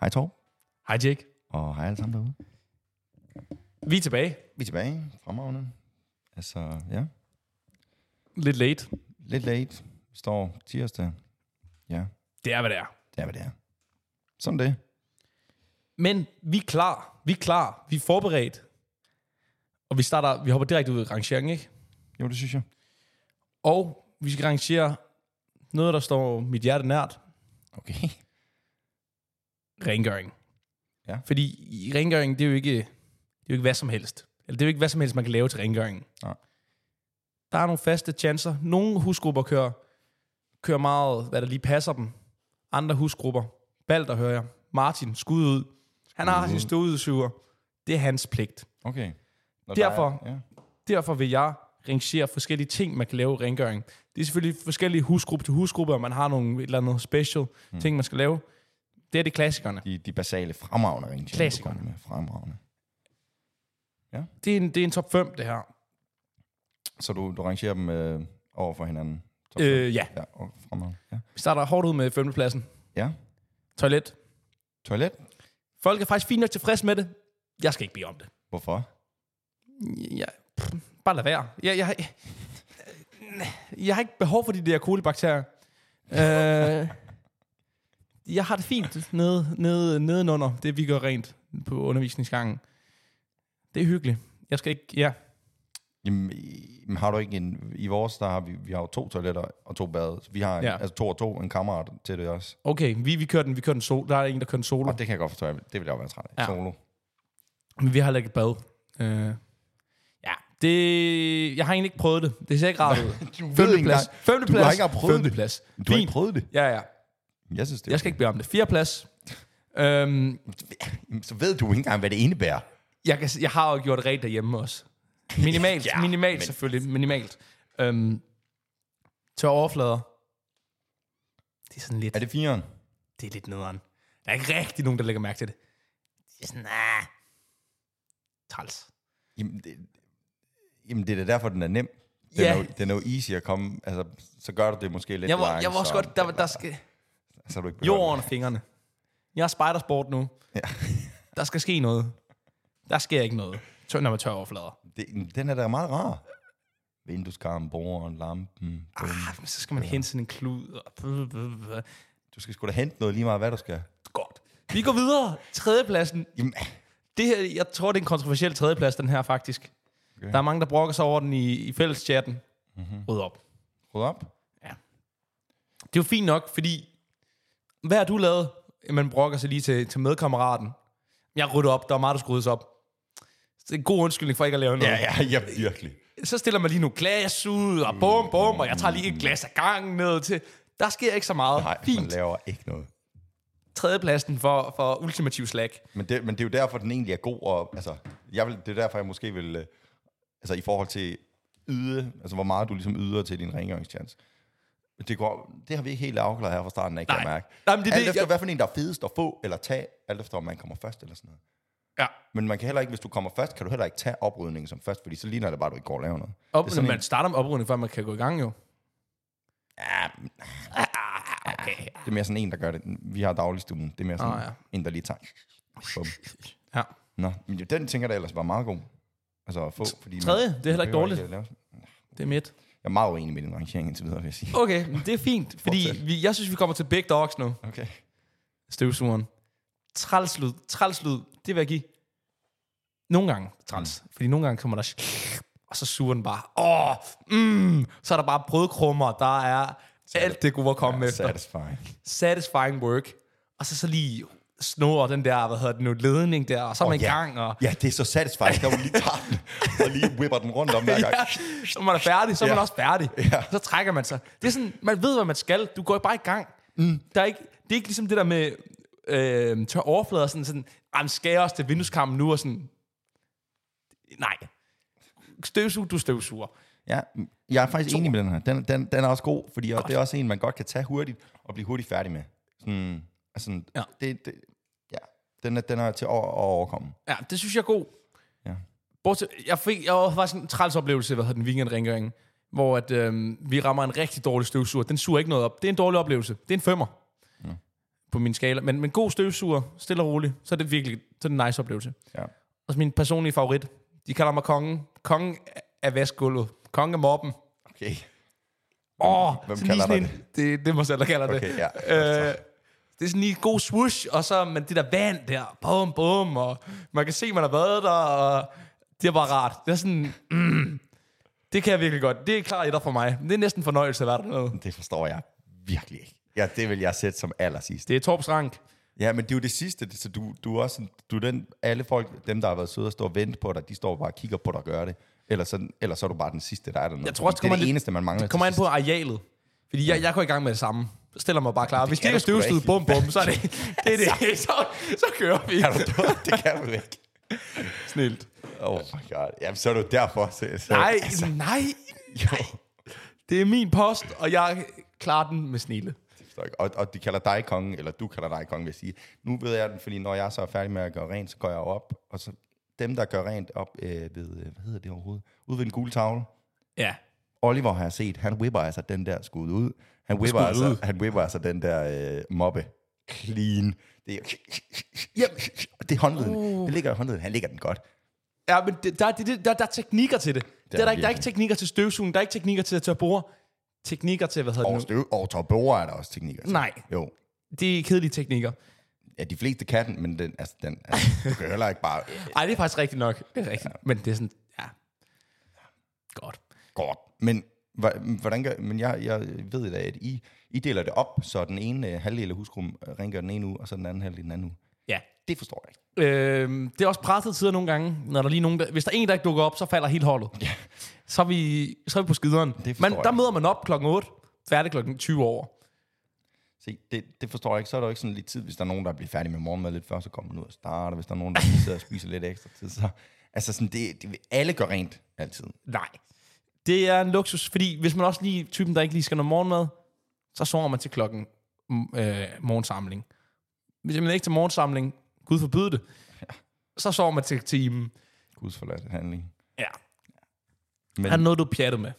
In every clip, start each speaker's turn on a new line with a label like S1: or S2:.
S1: Hej Torb,
S2: Hej Jake.
S1: og hej alle sammen derude.
S2: Vi er tilbage.
S1: Vi er tilbage, fremragende. Altså, ja,
S2: Lidt late.
S1: lidt late. Vi står tirsdag. Ja,
S2: Det er, hvad det er.
S1: det er, hvad det er. Sådan det.
S2: Men vi er klar. Vi er klar. Vi er forberedt. Og vi starter, vi hopper direkte ud i rangeringen, ikke?
S1: Jo, det synes jeg.
S2: Og vi skal rangere noget, der står mit hjerte nært.
S1: Okay.
S2: Rengøring.
S1: Ja.
S2: Fordi i rengøring, det er jo ikke, det er jo ikke hvad som helst. Eller det er jo ikke hvad som helst, man kan lave til rengøringen.
S1: Nej.
S2: Der er nogle faste chancer. Nogle husgrupper kører, kører meget, hvad der lige passer dem. Andre husgrupper. Balder hører jeg. Martin, skud ud. Han har sin stodudsuger. Det er hans pligt.
S1: Okay. Når
S2: Derfor-
S1: Der er, ja.
S2: Derfor vil jeg rangere forskellige ting, man kan lave i rengøring. Det er selvfølgelig forskellige husgruppe til husgruppe, og man har nogle et eller andet special mm. ting, man skal lave. Det er det klassikerne.
S1: de, de basale fremragende ringe.
S2: Klassikerne.
S1: Med. Fremragende.
S2: Det er en, det er en top 5, det her.
S1: Så du, du rangerer dem øh, over for hinanden? Top fem?
S2: Øh, ja.
S1: Ja, og fremragende. Ja.
S2: Vi starter hårdt ud med femtepladsen.
S1: ja.
S2: Toilet.
S1: Toilet?
S2: Folk er faktisk fint nok tilfredse med det. Jeg skal ikke blive om det.
S1: Hvorfor?
S2: Jeg, pff, bare lad være. Jeg, jeg, jeg, jeg har ikke behov for de der kolibakterier. øh, jeg har det fint nede, nede, nedenunder, det vi gør rent på undervisningsgangen. Det er hyggeligt. Jeg skal ikke... Ja,
S1: Jamen, i- men har du ikke en... I vores, der har vi, vi har jo to toiletter og to bade. Så vi har ja.
S2: Ja.
S1: altså to og to, en kammerat til det også.
S2: okay, vi, vi kører den, vi kører den solo. Der er en, der kører den solo.
S1: Og det kan jeg godt forstå, jeg vil- det vil jeg jo være træt af. Ja.
S2: Ja.
S1: Solo.
S2: Men vi har heller ikke et bad. Øh, ja, det... Jeg har egentlig ikke prøvet det. Det ser ikke rart ud.
S1: Du ved ikke
S2: Femteplads.
S1: engang-
S2: Femteplads.
S1: Du har ikke engang prøvet det.
S2: Femteplads.
S1: Du har
S2: Fint.
S1: ikke prøvet det.
S2: Ja, ja.
S1: Jeg synes, det
S2: Jeg skal ikke bede om det. Fjerdeplads. øhm,
S1: Jamen, Så ved du ikke engang, hvad det indebærer.
S2: jeg, kan, s- jeg har jo gjort rent derhjemme også. Minimalt,
S1: Ja,
S2: ja, minimalt
S1: men-
S2: men... selvfølgelig. Minimalt. Øhm, tør overflader. Det er sådan lidt,
S1: Er det firen?
S2: det er lidt nederen. Der er ikke rigtig nogen, der lægger mærke til det. Det er sådan, nah. Træls.
S1: Jamen det, jamen, det er da derfor, den er nem. Den,
S2: Ja.
S1: er, jo, den er jo easy at komme... Altså, så gør du det måske lidt
S2: Jeg var,
S1: langsomt.
S2: jeg var også godt, der, der skal...
S1: Så er du ikke behøver
S2: Jorden og fingrene. Jeg er spidersport nu.
S1: Ja.
S2: Der skal ske noget. Der sker ikke noget, tør, når man tør overflader.
S1: det. Den er da meget rar. Vindueskarmen, borderen, lampen. bum.
S2: Ah, men så skal man hente sådan en klud. Og...
S1: Du skal sgu da hente noget lige meget, hvad du skal.
S2: Godt. Vi går videre. Tredjepladsen.
S1: Jamen,
S2: Det her, jeg tror, det er en kontroversiel tredjeplads, den her faktisk. Okay. Der er mange, der brokker sig over den i, i fælles-chatten.
S1: Mhm.
S2: Mm-hmm. Ryd op.
S1: ryd op.
S2: Det er jo fint nok, fordi... Hvad har du lavet? Man brokker sig lige til, til medkammeraten. Jeg rydder op. Der er meget, der skal ryddes op. Så det er en god undskyldning for ikke at lave noget.
S1: Ja, ja, ja, virkelig.
S2: så stiller man lige nogle glas ud, og bum, bum, og jeg tager lige et glas af gangen ned til. Der sker ikke så meget.
S1: Nej, man
S2: Fint.
S1: laver ikke noget.
S2: Tredjepladsen for, for ultimativ slag.
S1: Men det, men det er jo derfor, den egentlig er god. Og, altså, jeg vil, det er derfor, jeg måske vil... øh, Altså, i forhold til yde, altså hvor meget du ligesom yder til din rengøringstjans. Det, går, det har vi ikke helt afklaret her fra starten af, kan
S2: Nej.
S1: jeg mærke.
S2: Nej, men det er
S1: alt
S2: det,
S1: efter,
S2: jeg-
S1: hvad for en, der er fedest at få eller tage, alt efter, om man kommer først eller sådan noget.
S2: Ja.
S1: Men man kan heller ikke, hvis du kommer først, kan du heller ikke tage oprydningen som først, fordi så ligner det bare, at du ikke går og laver noget.
S2: Op,
S1: det er
S2: sådan
S1: sådan
S2: man starter med oprydning, før man kan gå i gang jo.
S1: Ja, men-
S2: Ah, Okay.
S1: det er mere sådan en, der gør det. Vi har dagligstuen. Det er mere sådan
S2: Nå,
S1: oh,
S2: ja.
S1: ja. en, der lige tager. Bum.
S2: Ja.
S1: Nå, men den tænker jeg da ellers var meget god. Altså at få, fordi man-
S2: Tredje, det er heller ikke
S1: behøver
S2: dårligt.
S1: at lave-
S2: Det er midt.
S1: Jeg er meget uenig med din rangering indtil videre, vil jeg sige.
S2: Okay, men det er fint, fordi
S1: Fortsæt.
S2: vi, jeg synes, vi kommer til Big Dogs nu.
S1: Okay.
S2: Støvsugeren. Trælslyd, trælslyd, det vil jeg give. Nogle gange træls, mm. fordi nogle gange kommer der... Og så suger den bare. Åh, mm, så er der bare brødkrummer, der er alt det gode at komme med. efter.
S1: Satisfying.
S2: satisfying work, og så så lige snor den der, hvad hedder det nu, ledning der, og så er man i
S1: ja.
S2: gang, og
S1: Ja, det er så satisfying, når man lige tager den, og lige whipper den rundt om hver gang.
S2: ja, så er man er færdig, så er man
S1: Ja.
S2: også færdig.
S1: Ja.
S2: Så trækker man sig. Det er sådan, man ved, hvad man skal. Du går bare i gang. Mm. Der er ikke, det er ikke ligesom det der med øh, tør overflader, sådan, sådan, "Ej, men skal jeg også til vindueskampen nu, og sådan, nej. Støvsug, du støvsuger.
S1: Ja, jeg er faktisk enig med den her. Den, den, den er også god, fordi godt. det er også en, man godt kan tage hurtigt og blive hurtigt færdig med. Sådan, altså, ja.
S2: Ja.
S1: Det, det, ja, den, er, den er til at, at overkomme.
S2: Ja, det synes jeg er god.
S1: Ja.
S2: Bortset, jeg, fik, jeg havde faktisk en træls oplevelse, hvad hedder den weekendrengøring, hvor at, øhm, øh, vi rammer en rigtig dårlig støvsuger. Den suger ikke noget op. Det er en dårlig oplevelse. Det er en femmer. på min skala. Men, men god støvsuger, stille og roligt, så er det virkelig så er det en nice oplevelse.
S1: Ja.
S2: Og så min personlige favorit. De kalder mig kongen. Kongen af vaskegulvet. Kongen af mobben.
S1: Okay.
S2: Åh, oh,
S1: hvem kalder dig
S2: det? det? Det er mig selv, der kalder det.
S1: Okay, ja.
S2: Øh, det er sådan lige en god swoosh, og så men det der vand der, bum bum, og man kan se, man har været der, og det er bare rart. Det er sådan, mm, det kan jeg virkelig godt. Det er klart etter for mig. Det er næsten en fornøjelse at være dernede.
S1: Det forstår jeg virkelig ikke. Ja, det vil jeg sætte som allersidst.
S2: Det er Torps Rank.
S1: Ja, men det er jo det sidste, det- så du, du er også, en- du er den, alle folk, dem der har været søde og står og venter på dig, de står bare og kigger på dig og gør det. Eller så, eller så er du bare den sidste, der er der.
S2: Jeg tror også,
S1: det er det
S2: lidt-
S1: eneste, man mangler.
S2: Det kommer
S1: til
S2: an på arealet. Fordi jeg, jeg går i gang med det samme. Jeg Stiller mig bare klar. Hvis de
S1: kan
S2: ikke er
S1: du sgu da
S2: støvstudet, bum
S1: ikke.
S2: bum, så er det det. Er det. Så, så kører vi.
S1: sidst. Er du dum? det kan du ikke.
S2: Snilt.
S1: Oh my god. Jamen, så er du derfor. Så, så,
S2: Nej, nej.
S1: Jo,
S2: Det er min post, og jeg klarer den med snille.
S1: det forstår jeg ikke. Og, og de kalder dig kongen, eller du kalder dig kongen, vil jeg sige. Nu ved jeg den, fordi når jeg så er færdig med at gøre rent, så går jeg op, og så dem, der gør rent op øh, ved, øh, hvad hedder det overhovedet? Ude ved den gule tavle.
S2: Ja.
S1: Oliver har jeg set, han whipper altså den der skud ud. Han whipper,
S2: Skud
S1: altså,
S2: ud.
S1: han whipper altså den der øh, mobbe clean. Det er, Jamen, det er håndleden. Uh. Det ligger i håndleden. Han ligger den godt.
S2: Ja, men det, der, er- det, det- der, der er teknikker til det. det er der, ikke, der
S1: virkelig.
S2: er ikke teknikker til støvsugen, der er ikke teknikker til at tørre bord. Teknikker til, hvad hedder
S1: Og
S2: det
S1: støv og torborer er der også teknikker. til.
S2: Nej.
S1: Jo.
S2: nu? Det er kedelige teknikker.
S1: Ja, de fleste kan den, men den, altså, den, altså, du kan heller ikke bare... Øh,
S2: Ej, det er faktisk rigtigt nok. Det er rigtigt. Ja. Men det er sådan, ja. Godt.
S1: godt. Men, hva- hvordan gør, men jeg, jeg ved da, at I, I deler det op, så den ene øh, halvdel af husgruppen øh, rengør den ene uge, og så den anden halvdel den anden uge.
S2: Ja.
S1: Det forstår jeg ikke.
S2: Øhm, det er også presset tider nogle gange, når der lige er nogen, der, hvis der er en, der ikke dukker op, så falder hele holdet. Ja. Så, er vi, så er vi på skideren.
S1: forstår
S2: Men
S1: jeg
S2: der
S1: ikke.
S2: møder man op klokken 8, færdig klokken 20 over.
S1: Se, det, det forstår jeg ikke. Så er der jo ikke sådan lidt tid, hvis der er nogen, der bliver færdig med morgenmad lidt før, så kommer den ud og starter. Hvis der er nogen, der lige sidder og spiser lidt ekstra tid, så... Altså sådan, det, det vil alle gøre rent altid.
S2: Nej. Det er en luksus, fordi hvis man også lige er typen, der ikke lige skal nå morgenmad, så sover man til klokken m- øh, morgensamling. Hvis man ikke til morgensamling, Gud forbyde det, så sover man til timen.
S1: Guds forladt handling.
S2: Ja.
S1: Men-
S2: Men... Er der noget, du pjatter med?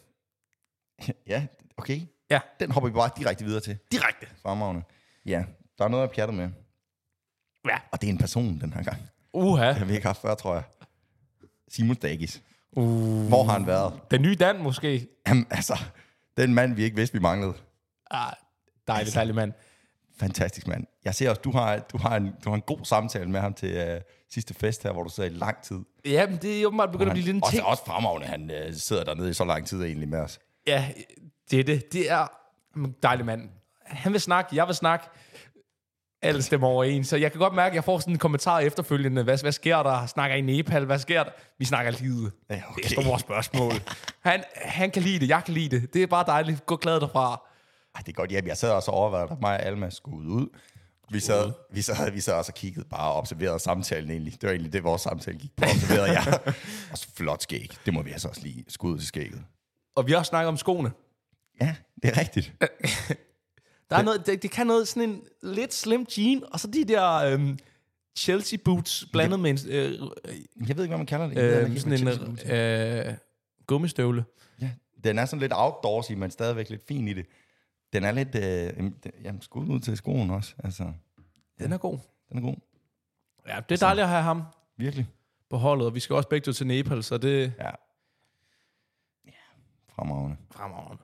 S1: Ja, okay.
S2: Ja.
S1: Den hopper vi bare direkte videre til.
S2: Direkte.
S1: Fremragende. Ja, der er noget at pjatte med.
S2: Ja.
S1: Og det er en person den her gang.
S2: Uha.
S1: Den vi ikke haft før, tror jeg. Simon Dagis.
S2: Uh.
S1: Hvor har han været?
S2: Den nye Dan måske.
S1: Jamen, altså, den mand, vi ikke vidste, vi manglede.
S2: Ah, dejlig, dejlig mand.
S1: Fantastisk mand. Jeg ser også, du har, du har, en, du har en god samtale med ham til øh, sidste fest her, hvor du sidder i lang tid.
S2: Ja, men det er åbenbart begyndt at blive lidt en
S1: også,
S2: ting.
S1: også fremragende, han øh, sidder dernede i så lang tid egentlig med os.
S2: Ja, det er det. Det er en dejlig mand. Han vil snakke, jeg vil snakke. Alle stemmer overens. Så jeg kan godt mærke, at jeg får sådan en kommentar efterfølgende. Hvad, hvad sker der? Snakker I Nepal? Hvad sker der? Vi snakker livet.
S1: Ja, okay.
S2: Det er store spørgsmål. han, han kan lide det, jeg kan lide det. Det er bare dejligt. Gå glad derfra.
S1: Ej, det er godt hjem. Jeg sad også og overvejede, at mig og Alma skulle ud. Vi sad, vi, sad, vi sad også og kiggede bare og observerede samtalen egentlig. Det var egentlig det, vores samtale gik på. Observerede jeg. Og så flot skæg. Det må vi altså også lige skud ud til skægget.
S2: Og vi har også snakket om skoene.
S1: Ja, det er rigtigt.
S2: Der er noget, det, det kan noget sådan en lidt slim jean, og så de der øhm, Chelsea boots blandet med en, øh,
S1: Jeg ved ikke, hvad man kalder det. Jeg ved heller
S2: øh,
S1: ikke,
S2: sådan en
S1: hvad Chelsea-
S2: øh, gummistøvle.
S1: Ja, den er sådan lidt outdoorsy, men stadigvæk lidt fin i det. Den er lidt... Øh, jamen, den- jamen, skud ud til skoen også. Altså,
S2: Den er god.
S1: den er god.
S2: Ja, det
S1: altså-
S2: er dejligt at have ham.
S1: Virkelig.
S2: på holdet, og vi skal også begge to til Nepal, så det
S1: Ja. Ja, fremragende.
S2: fremover.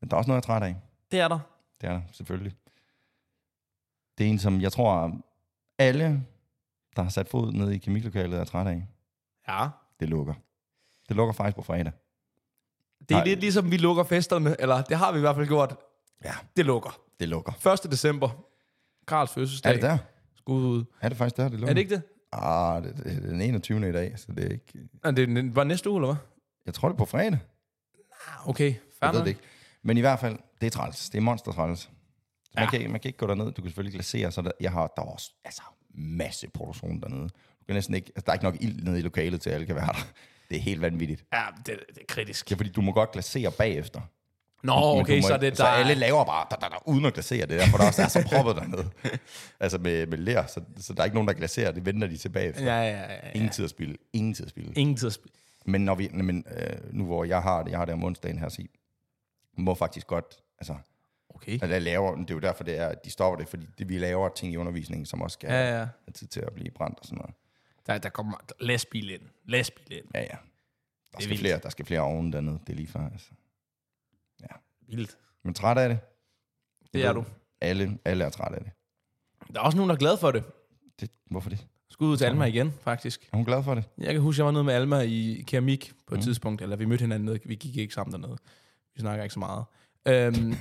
S1: Men der er også noget, jeg er træt af.
S2: Det er der.
S1: Det er der, selvfølgelig. Det er en, som jeg tror, alle, der har sat fod ned i kemiklokalet, er træt af.
S2: Ja.
S1: Det lukker. Det lukker faktisk på fredag.
S2: Det er
S1: Nej.
S2: Ej. lidt ligesom, vi lukker festerne, eller det har vi i hvert fald gjort.
S1: Ja.
S2: Det lukker.
S1: Det lukker.
S2: 1. december. Karls fødselsdag.
S1: Er det der?
S2: Skud ud.
S1: Er det faktisk der, det lukker?
S2: Er det ikke det?
S1: Ah, det, det, det er den 21. i dag, så det er ikke...
S2: Er det den- var det næste uge, eller hvad?
S1: Jeg tror, det er på fredag.
S2: Ah, Okay,
S1: Jeg ved
S2: færdig.
S1: det ikke. Men i hvert fald, det er træls. Det er monster træls. Så Man,
S2: Ja.
S1: kan, ikke- man kan ikke gå derned. Du kan selvfølgelig glasere, så der, jeg har, der er også altså, masse produktion dernede. Du kan næsten ikke, altså, der er ikke nok ild nede i lokalet til, at alle kan være der. Det er helt vanvittigt.
S2: Ja, det, det er kritisk.
S1: Det er fordi, du må godt glasere bagefter.
S2: Nå,
S1: Men
S2: okay,
S1: du må
S2: så
S1: ikke-
S2: det der...
S1: så alle laver bare, der, der, der, uden at glasere det der, for der også er så proppet dernede. Altså med, med lær, så, så der er ikke nogen, der glaserer. Det venter de tilbage efter.
S2: Ja, ja, ja, ja.
S1: Ingen tid at spille. Ingen tid at spille.
S2: Ingen tid at sp-
S1: Men, når vi, men øh, nu hvor jeg har det, jeg har det om onsdagen her, så I må faktisk godt, altså,
S2: Okay.
S1: Og der laver, det er jo derfor, det er, at de stopper det, fordi det, vi laver ting i undervisningen, som også skal ja.
S2: Ja, ja.
S1: have tid til at blive brændt og sådan noget.
S2: Der, der kommer lastbil ind. Lastbil ind.
S1: Ja, ja. Der skal,
S2: vildt.
S1: flere, der skal flere ovne dernede, det er lige før. Altså.
S2: Vildt.
S1: Men træt af det.
S2: Det er du.
S1: Alle, alle er træt af det.
S2: Der er også nogen, der er glade for det.
S1: det. Hvorfor det?
S2: Skud ud til Alma igen, faktisk.
S1: Er hun glad for det?
S2: Jeg kan huske, jeg var nede med Alma i keramik på et mm. tidspunkt, eller vi mødte hinanden nede, vi gik ikke sammen dernede. Vi snakker ikke så meget. Øhm,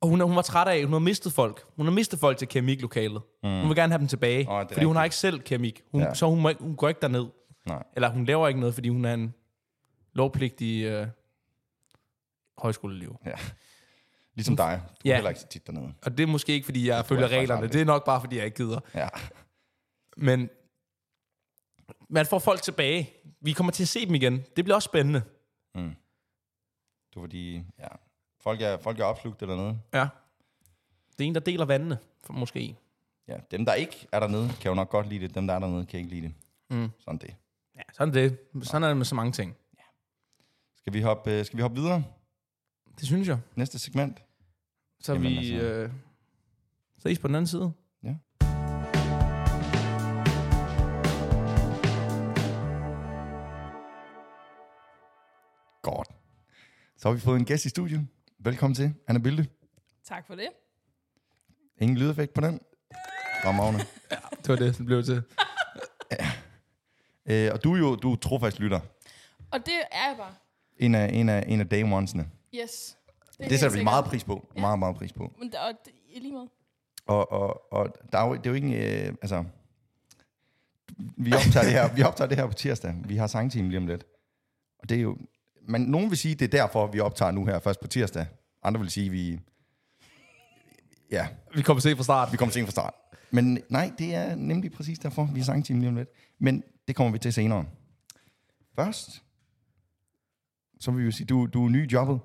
S2: og hun, er- hun var træt af, hun har mistet folk. Hun har mistet folk til keramiklokalet. Mm. Hun vil gerne have dem tilbage,
S1: det er
S2: oh, fordi hun har
S1: rigtigt.
S2: ikke selv keramik. Hun,
S1: Ja.
S2: ja. Så hun, må, ikke- hun går ikke derned.
S1: Nej.
S2: Eller hun laver ikke noget, fordi hun er en lovpligtig øh, højskoleelev.
S1: Ligesom dig. Du ja.
S2: Ja.
S1: er heller ikke så tit dernede.
S2: Og det er måske ikke, fordi jeg, jeg følger
S1: jeg faktisk
S2: reglerne.
S1: aldrig.
S2: Det er nok bare, fordi jeg ikke gider.
S1: Ja.
S2: Men man får folk tilbage. Vi kommer til at se dem igen. Det bliver også spændende.
S1: Mm. Du er fordi, ja. Folk er, folk er opslugt dernede.
S2: Ja. Det er en, der deler vandene, for- måske.
S1: Ja, dem, der ikke er dernede, kan jo nok godt lide det. Dem, der er dernede, kan ikke lide det.
S2: Mm.
S1: Sådan det.
S2: Ja, sådan er det. Sådan er det med så mange ting.
S1: Skal vi hoppe, øh, skal vi hoppe videre?
S2: Det synes jeg.
S1: Næste segment.
S2: Så
S1: Jamen,
S2: vi
S1: altså.
S2: øh, ses på den anden side.
S1: Ja. Godt. Så har vi fået en gæst i studiet. Velkommen til, Anna Bilde.
S3: Tak for det.
S1: Ingen lydeffekt på den. Ramavne.
S2: Det var det, det blev til.
S1: Øh, og du er jo du er trofast lytter.
S3: Og det er jeg bare.
S1: En af, en af, en af day ones'ene.
S3: Yes. er
S1: Det
S3: helt
S1: sætter vi
S3: sikkert.
S1: meget pris på. Meget, meget pris på.
S3: Men der, og det, i lige måde.
S1: Og, og, og der er jo, det er jo ikke... en, Øh, altså, vi optager, det her, vi optager det her på tirsdag. Vi har sangteam lige om lidt. Og det er jo... Men nogen vil sige, det er derfor, vi optager nu her først på tirsdag. Andre vil sige, vi... Ja,
S2: Vi kommer se fra start.
S1: vi kommer sent fra start. Men nej, det er nemlig præcis derfor, vi har sangteam lige om lidt. Men det kommer vi til senere. Først, så vil vi jo sige, du, du er ny i jobbet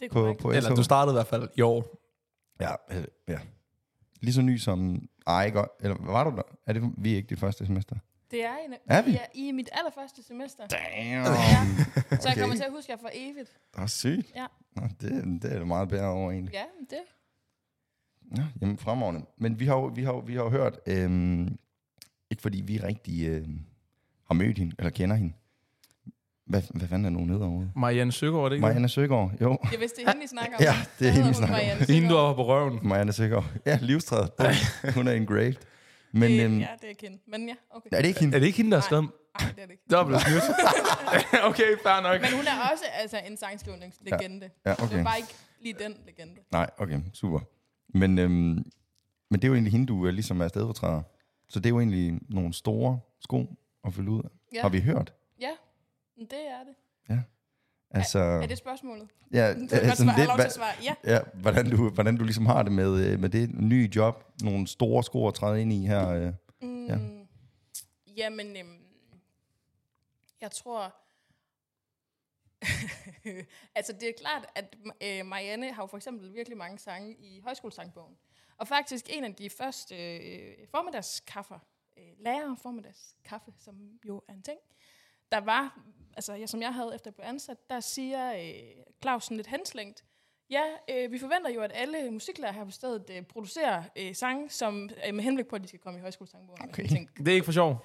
S3: Det er
S1: på,
S3: korrekt.
S1: på
S2: Eller
S1: SO.
S2: du startede i hvert fald i år.
S1: Ja, øh, ja. Lige så ny som... Ej, ikke? Eller var du der? Er det, vi er ikke det første semester.
S3: Det er, en,
S1: Er vi?
S3: Ja, I er mit allerførste semester.
S1: Damn!
S3: Ja. Så jeg
S1: Okay.
S3: kommer til at huske jer for evigt.
S1: Det er sygt.
S3: Ja.
S1: Nå, det, det er det meget bedre over egentlig.
S3: Ja, men det.
S1: Ja, jamen, fremragende. Men vi har jo, vi har, jo- vi har jo hørt... Øhm, ikke fordi vi rigtig øhm, har mødt hende, eller kender hende. Hvad, hvad fanden er nogen nede overhovedet?
S2: Marianne Søgaard, er det ikke det?
S1: Marianne Søgaard, jo.
S3: Jeg vidste, det er hende, I snakker om.
S1: Ja, det er hende, vi snakker om.
S2: Det er hende, du har på røven.
S1: Marianne Søgaard. Ja, livstræet. Hun er engraved. Men
S3: Men,
S1: øhm,
S3: øhm, ja, det er kendt. Men ja, okay.
S1: er det ikke hende?
S2: Er det ikke hende, der har skrevet?
S3: Nej, det er det ikke.
S2: Dobbelt snydt. okay, fair nok.
S3: Men hun er også altså, en sangskrivningslegende. Ja.
S1: Ja,
S3: Okay. Det
S1: okay.
S3: er bare ikke lige den legende.
S1: Nej, okay, super. Men, øhm, men det er jo egentlig hende, du øh, ligesom er stedfortræder. Så det er jo egentlig nogle store sko at fylde ud af.
S3: Ja.
S1: Har vi hørt?
S3: Ja, men det er det.
S1: Altså,
S3: Er det spørgsmålet?
S1: ja, altså,
S3: Du kan godt
S1: sådan
S3: svare, lov til at
S1: hva-
S3: svare. Ja,
S1: ja, hvordan, du, hvordan du ligesom har det med, øh, med det nye job, nogle store sko at træde ind i her. øh.
S3: Mm,
S1: Ja.
S3: ja. Jamen, øhm, jeg tror... altså, det er klart, at øh, Marianne har jo for eksempel virkelig mange sange i højskolesangbogen. Og faktisk en af de første øh, formiddagskaffer, øh, lærer formiddagskaffe, som jo er en ting, der var, altså jeg, som jeg havde efter jeg blev ansat, der siger øh, Clausen lidt henslængt, ja, øh, vi forventer jo, at alle musiklærer her på stedet øh, producerer øh, sange, som øh, med henblik på, at de skal komme i højskolesangbogen. Og
S1: Okay.
S3: jeg tænkte,
S2: Det er ikke for sjov.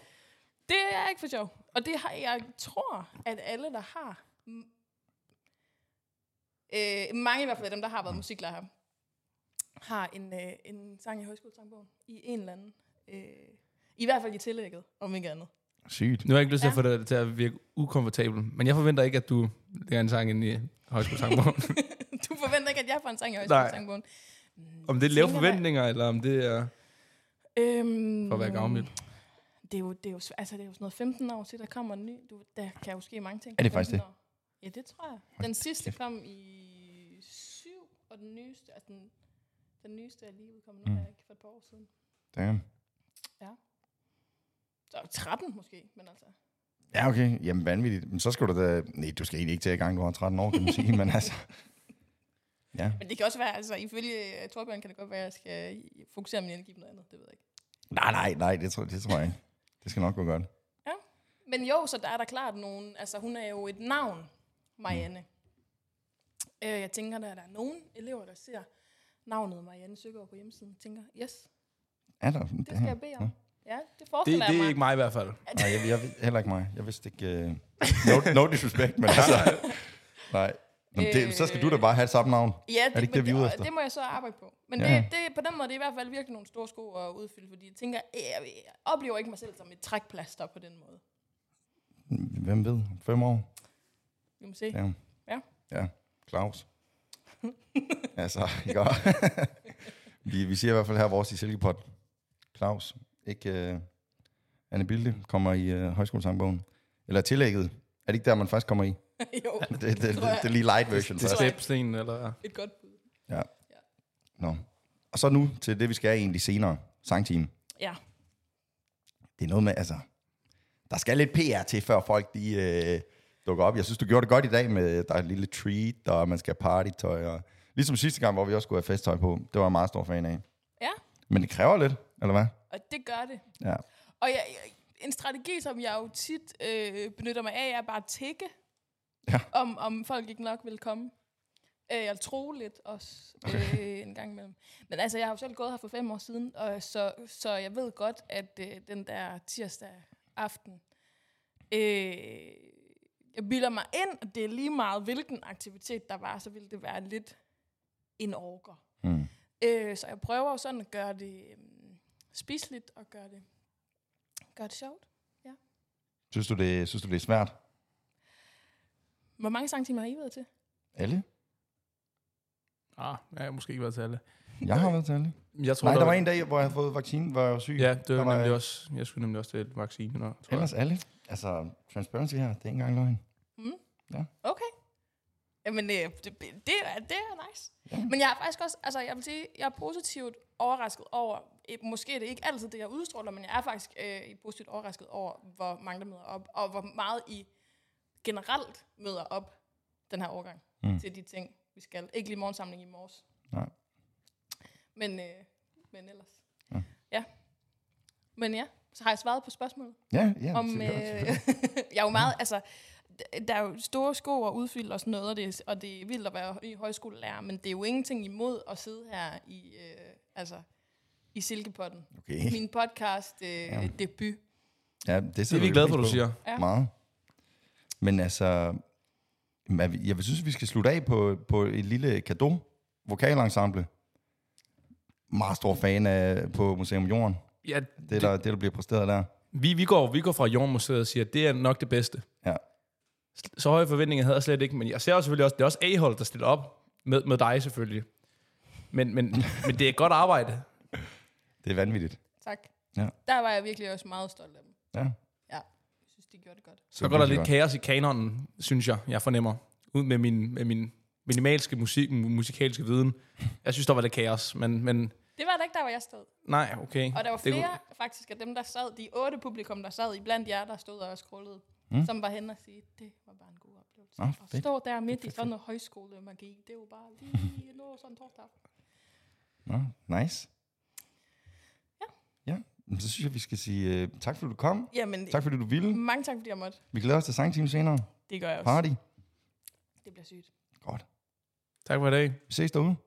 S3: det er ikke for sjov. Og det har jeg tror, at alle, der har... m- Øh, mange i hvert fald af dem, der har
S2: Mm.
S3: været musiklærer her, har en, øh, en sang i højskolesangbogen i en eller anden. Øh, I hvert fald i tillægget, om ikke andet.
S1: Sygt.
S2: Nu har jeg ikke lyst til at
S3: Ja.
S2: få det til at virke ukomfortabel, men jeg forventer ikke, at du lærer en sang ind i højskolesangbogen.
S3: du forventer ikke, at jeg får en sang i højskolesangbogen.
S2: om det er lave
S3: Tænker jeg.
S2: forventninger, eller om det er
S3: Øhm,
S2: for at være gavmild.
S3: Det er jo, det er jo, svæ- altså, det er jo sådan noget 15 år til, der kommer en ny. Du, der kan jo ske mange ting.
S1: Er det
S3: på
S1: faktisk
S3: 15 År. Ja, det tror jeg. Den sidste
S1: kæft.
S3: kom i syv, og den nyeste, altså den, den nyeste er lige udkommet nu, mm. ikke for et par år siden.
S1: Damn.
S3: Så 13 måske, men altså.
S1: Ja, okay. Jamen, vanvittigt. Men så skal du da... Nej, du skal egentlig ikke til i gang, du har 13 år, kan man sige. men altså... Ja,
S3: Men det kan også være, altså ifølge øh, Torbjørn kan det godt være, at jeg skal i- fokusere min energi på noget andet, det ved jeg ikke.
S1: nej, nej, nej, det tror, det tror jeg ikke. Det skal nok gå godt.
S3: Men jo, så der er der klart nogen, altså hun er jo et navn, Marianne.
S1: Mm.
S3: Øh, jeg tænker, der er der er nogen elever, der ser navnet Marianne Søgaard på hjemmesiden, tænker, yes,
S1: Er der sådan
S3: det skal jeg bede om. Ja, det forestiller
S2: Det, det
S3: jeg
S2: er
S3: mig.
S2: ikke mig i hvert fald.
S1: Nej, jeg, jeg, ved- heller ikke mig. Jeg vidste ikke... Uh, no, no disrespect, men altså... Nej. Nå, men det, så skal du da bare have et samme navn.
S3: Ja, det,
S1: det ikke
S3: men
S1: det, vi er ude
S3: og
S1: efter?
S3: det må jeg så arbejde på. Men
S1: Ja.
S3: ja. det, det, på den måde er det i hvert fald virkelig nogle store sko at udfylde, fordi jeg tænker, øh, jeg, jeg oplever ikke mig selv som et trækplaster på den måde.
S1: Hvem ved? Fem år?
S3: Vi må se. Ja.
S1: Ja.
S3: Ja.
S1: Ja. Claus. altså, ikke også? vi, vi siger i hvert fald her vores i Silkepot. Claus, ikke... Uh, Anne Bilde kommer i uh, højskolesangbogen. Eller tillægget. Er det ikke der, man faktisk kommer i?
S3: jo,
S1: Det, det, det, det,
S3: tror jeg.
S1: er lige light version.
S2: Det
S1: først.
S3: tror jeg.
S2: stepsten, eller...
S3: et godt bud.
S1: Nå. Og så nu til det, vi skal egentlig senere. Sangteam.
S3: Ja.
S1: Det er noget med, altså... Der skal lidt PR til, før folk de øh, dukker op. Jeg synes, du gjorde det godt i dag med, der er et lille treat, og man skal have partytøj. Og... Ligesom sidste gang, hvor vi også skulle have festtøj på. Det var jeg meget stor fan af.
S3: Ja,
S1: Men det kræver lidt, eller hvad?
S3: og det gør det.
S1: Ja.
S3: Og jeg, jeg, en strategi, som jeg jo tit øh, benytter mig af, er bare at tække,
S1: Ja.
S3: om, om folk ikke nok vil komme. Øh, jeg tror lidt også øh, en gang imellem. Men altså, jeg har jo selv gået her for fem år siden, og så, så jeg ved godt, at øh, den der tirsdag aften, øh, jeg bilder mig ind, og det er lige meget, hvilken aktivitet der var, så ville det være lidt en orker.
S1: Mm.
S3: Øh, så jeg prøver jo sådan at gøre det øh, spiseligt og gøre det, gøre det sjovt.
S1: Synes, du det, synes du, det er svært?
S3: Hvor mange sangtimer har I været til?
S1: Alle?
S2: Ah, ja, jeg har måske ikke været til alle.
S1: Jeg har været til alle.
S2: Jeg tror,
S1: Nej, der var en dag, hvor jeg havde fået vaccinen, hvor jeg var syg.
S2: Ja, det
S1: Der
S2: var
S1: var-
S2: nemlig også... Jeg skulle nemlig også til vaccinen, og, tror jeg.
S1: Ellers alle. Altså, transparency her, det er ikke engang løgn.
S3: Okay. Jamen, øh, det, det, er, det er nice.
S1: Ja.
S3: Ja. Men jeg er faktisk også, altså jeg vil sige, jeg er positivt overrasket over, eh, måske er det ikke altid det, jeg udstråler, men jeg er faktisk øh, positivt overrasket over, hvor mange der møder op, og hvor meget I generelt møder op den her årgang
S1: Mm.
S3: mm. til de ting, vi skal. Ikke lige morgensamling i morges.
S1: Nej.
S3: Men, øh, men ellers.
S1: Ja.
S3: Ja. ja. Men ja, så har jeg svaret på spørgsmålet
S1: Ja, ja.
S3: om, øh,
S1: selvfølgelig, selvfølgelig.
S3: jeg er jo meget, altså, d- der er jo store sko og udfyld og sådan noget, og det, er- og det er vildt at være i højskolelærer, men det er jo ingenting imod at sidde her i, øh, altså, i Silkepotten.
S1: Okay.
S3: Min podcast øh,
S1: Ja.
S3: debut.
S1: Ja, det,
S2: Det er
S1: sætter
S2: vi glade for, du
S1: pris
S2: siger.
S3: Ja.
S1: Meget. Men altså, jamen, er vi- jeg vil synes, vi skal slutte af på, på et lille kado vokalensemble. Meget stor fan af på Museum Jorden.
S2: Ja,
S1: Det, der, det, der bliver præsteret der.
S2: vi, vi, går, vi går fra Jornmuseet og siger, at det er nok det bedste.
S1: Ja.
S2: Så høje forventninger havde jeg slet ikke, men jeg ser også selvfølgelig også, det er også A-hold, der stiller op med, med dig selvfølgelig. Men, men, men det er et godt arbejde.
S1: Det er vanvittigt.
S3: Tak.
S1: Ja.
S3: Der var jeg virkelig også meget stolt af dem.
S1: Ja. Det
S3: Ja, jeg synes, de gjorde det godt.
S2: Så
S1: er
S2: går der
S1: virkelig
S2: lidt kaos i kanonen, synes jeg, jeg fornemmer. Ud med min, med min minimalske musik, mu- musikalske viden. Jeg synes, der var lidt kaos, men, men
S3: Det var da ikke der, hvor jeg stod.
S2: nej, okay.
S3: Og der var
S2: Det kunne-
S3: flere faktisk af dem, der sad, de otte publikum, der sad i blandt jer, der stod og scrollede,
S1: Mm.
S3: mm. som var hen og sige, det var bare en god oplevelse.
S1: Nå,
S3: og
S1: fedt.
S3: stå der midt i sådan noget højskolemagi, det var bare lige nu sådan en torsdag aften.
S1: Nå, nice.
S3: Ja.
S1: Ja, men så synes jeg, vi skal sige uh, tak, fordi du kom.
S3: Jamen, tak.
S1: Tak, fordi du ville.
S3: mange tak, fordi jeg måtte.
S1: Vi glæder os til sangteam senere.
S3: Det gør jeg også.
S1: Party.
S3: Det bliver sygt.
S1: Godt.
S2: Tak for i dag.
S1: Vi ses derude.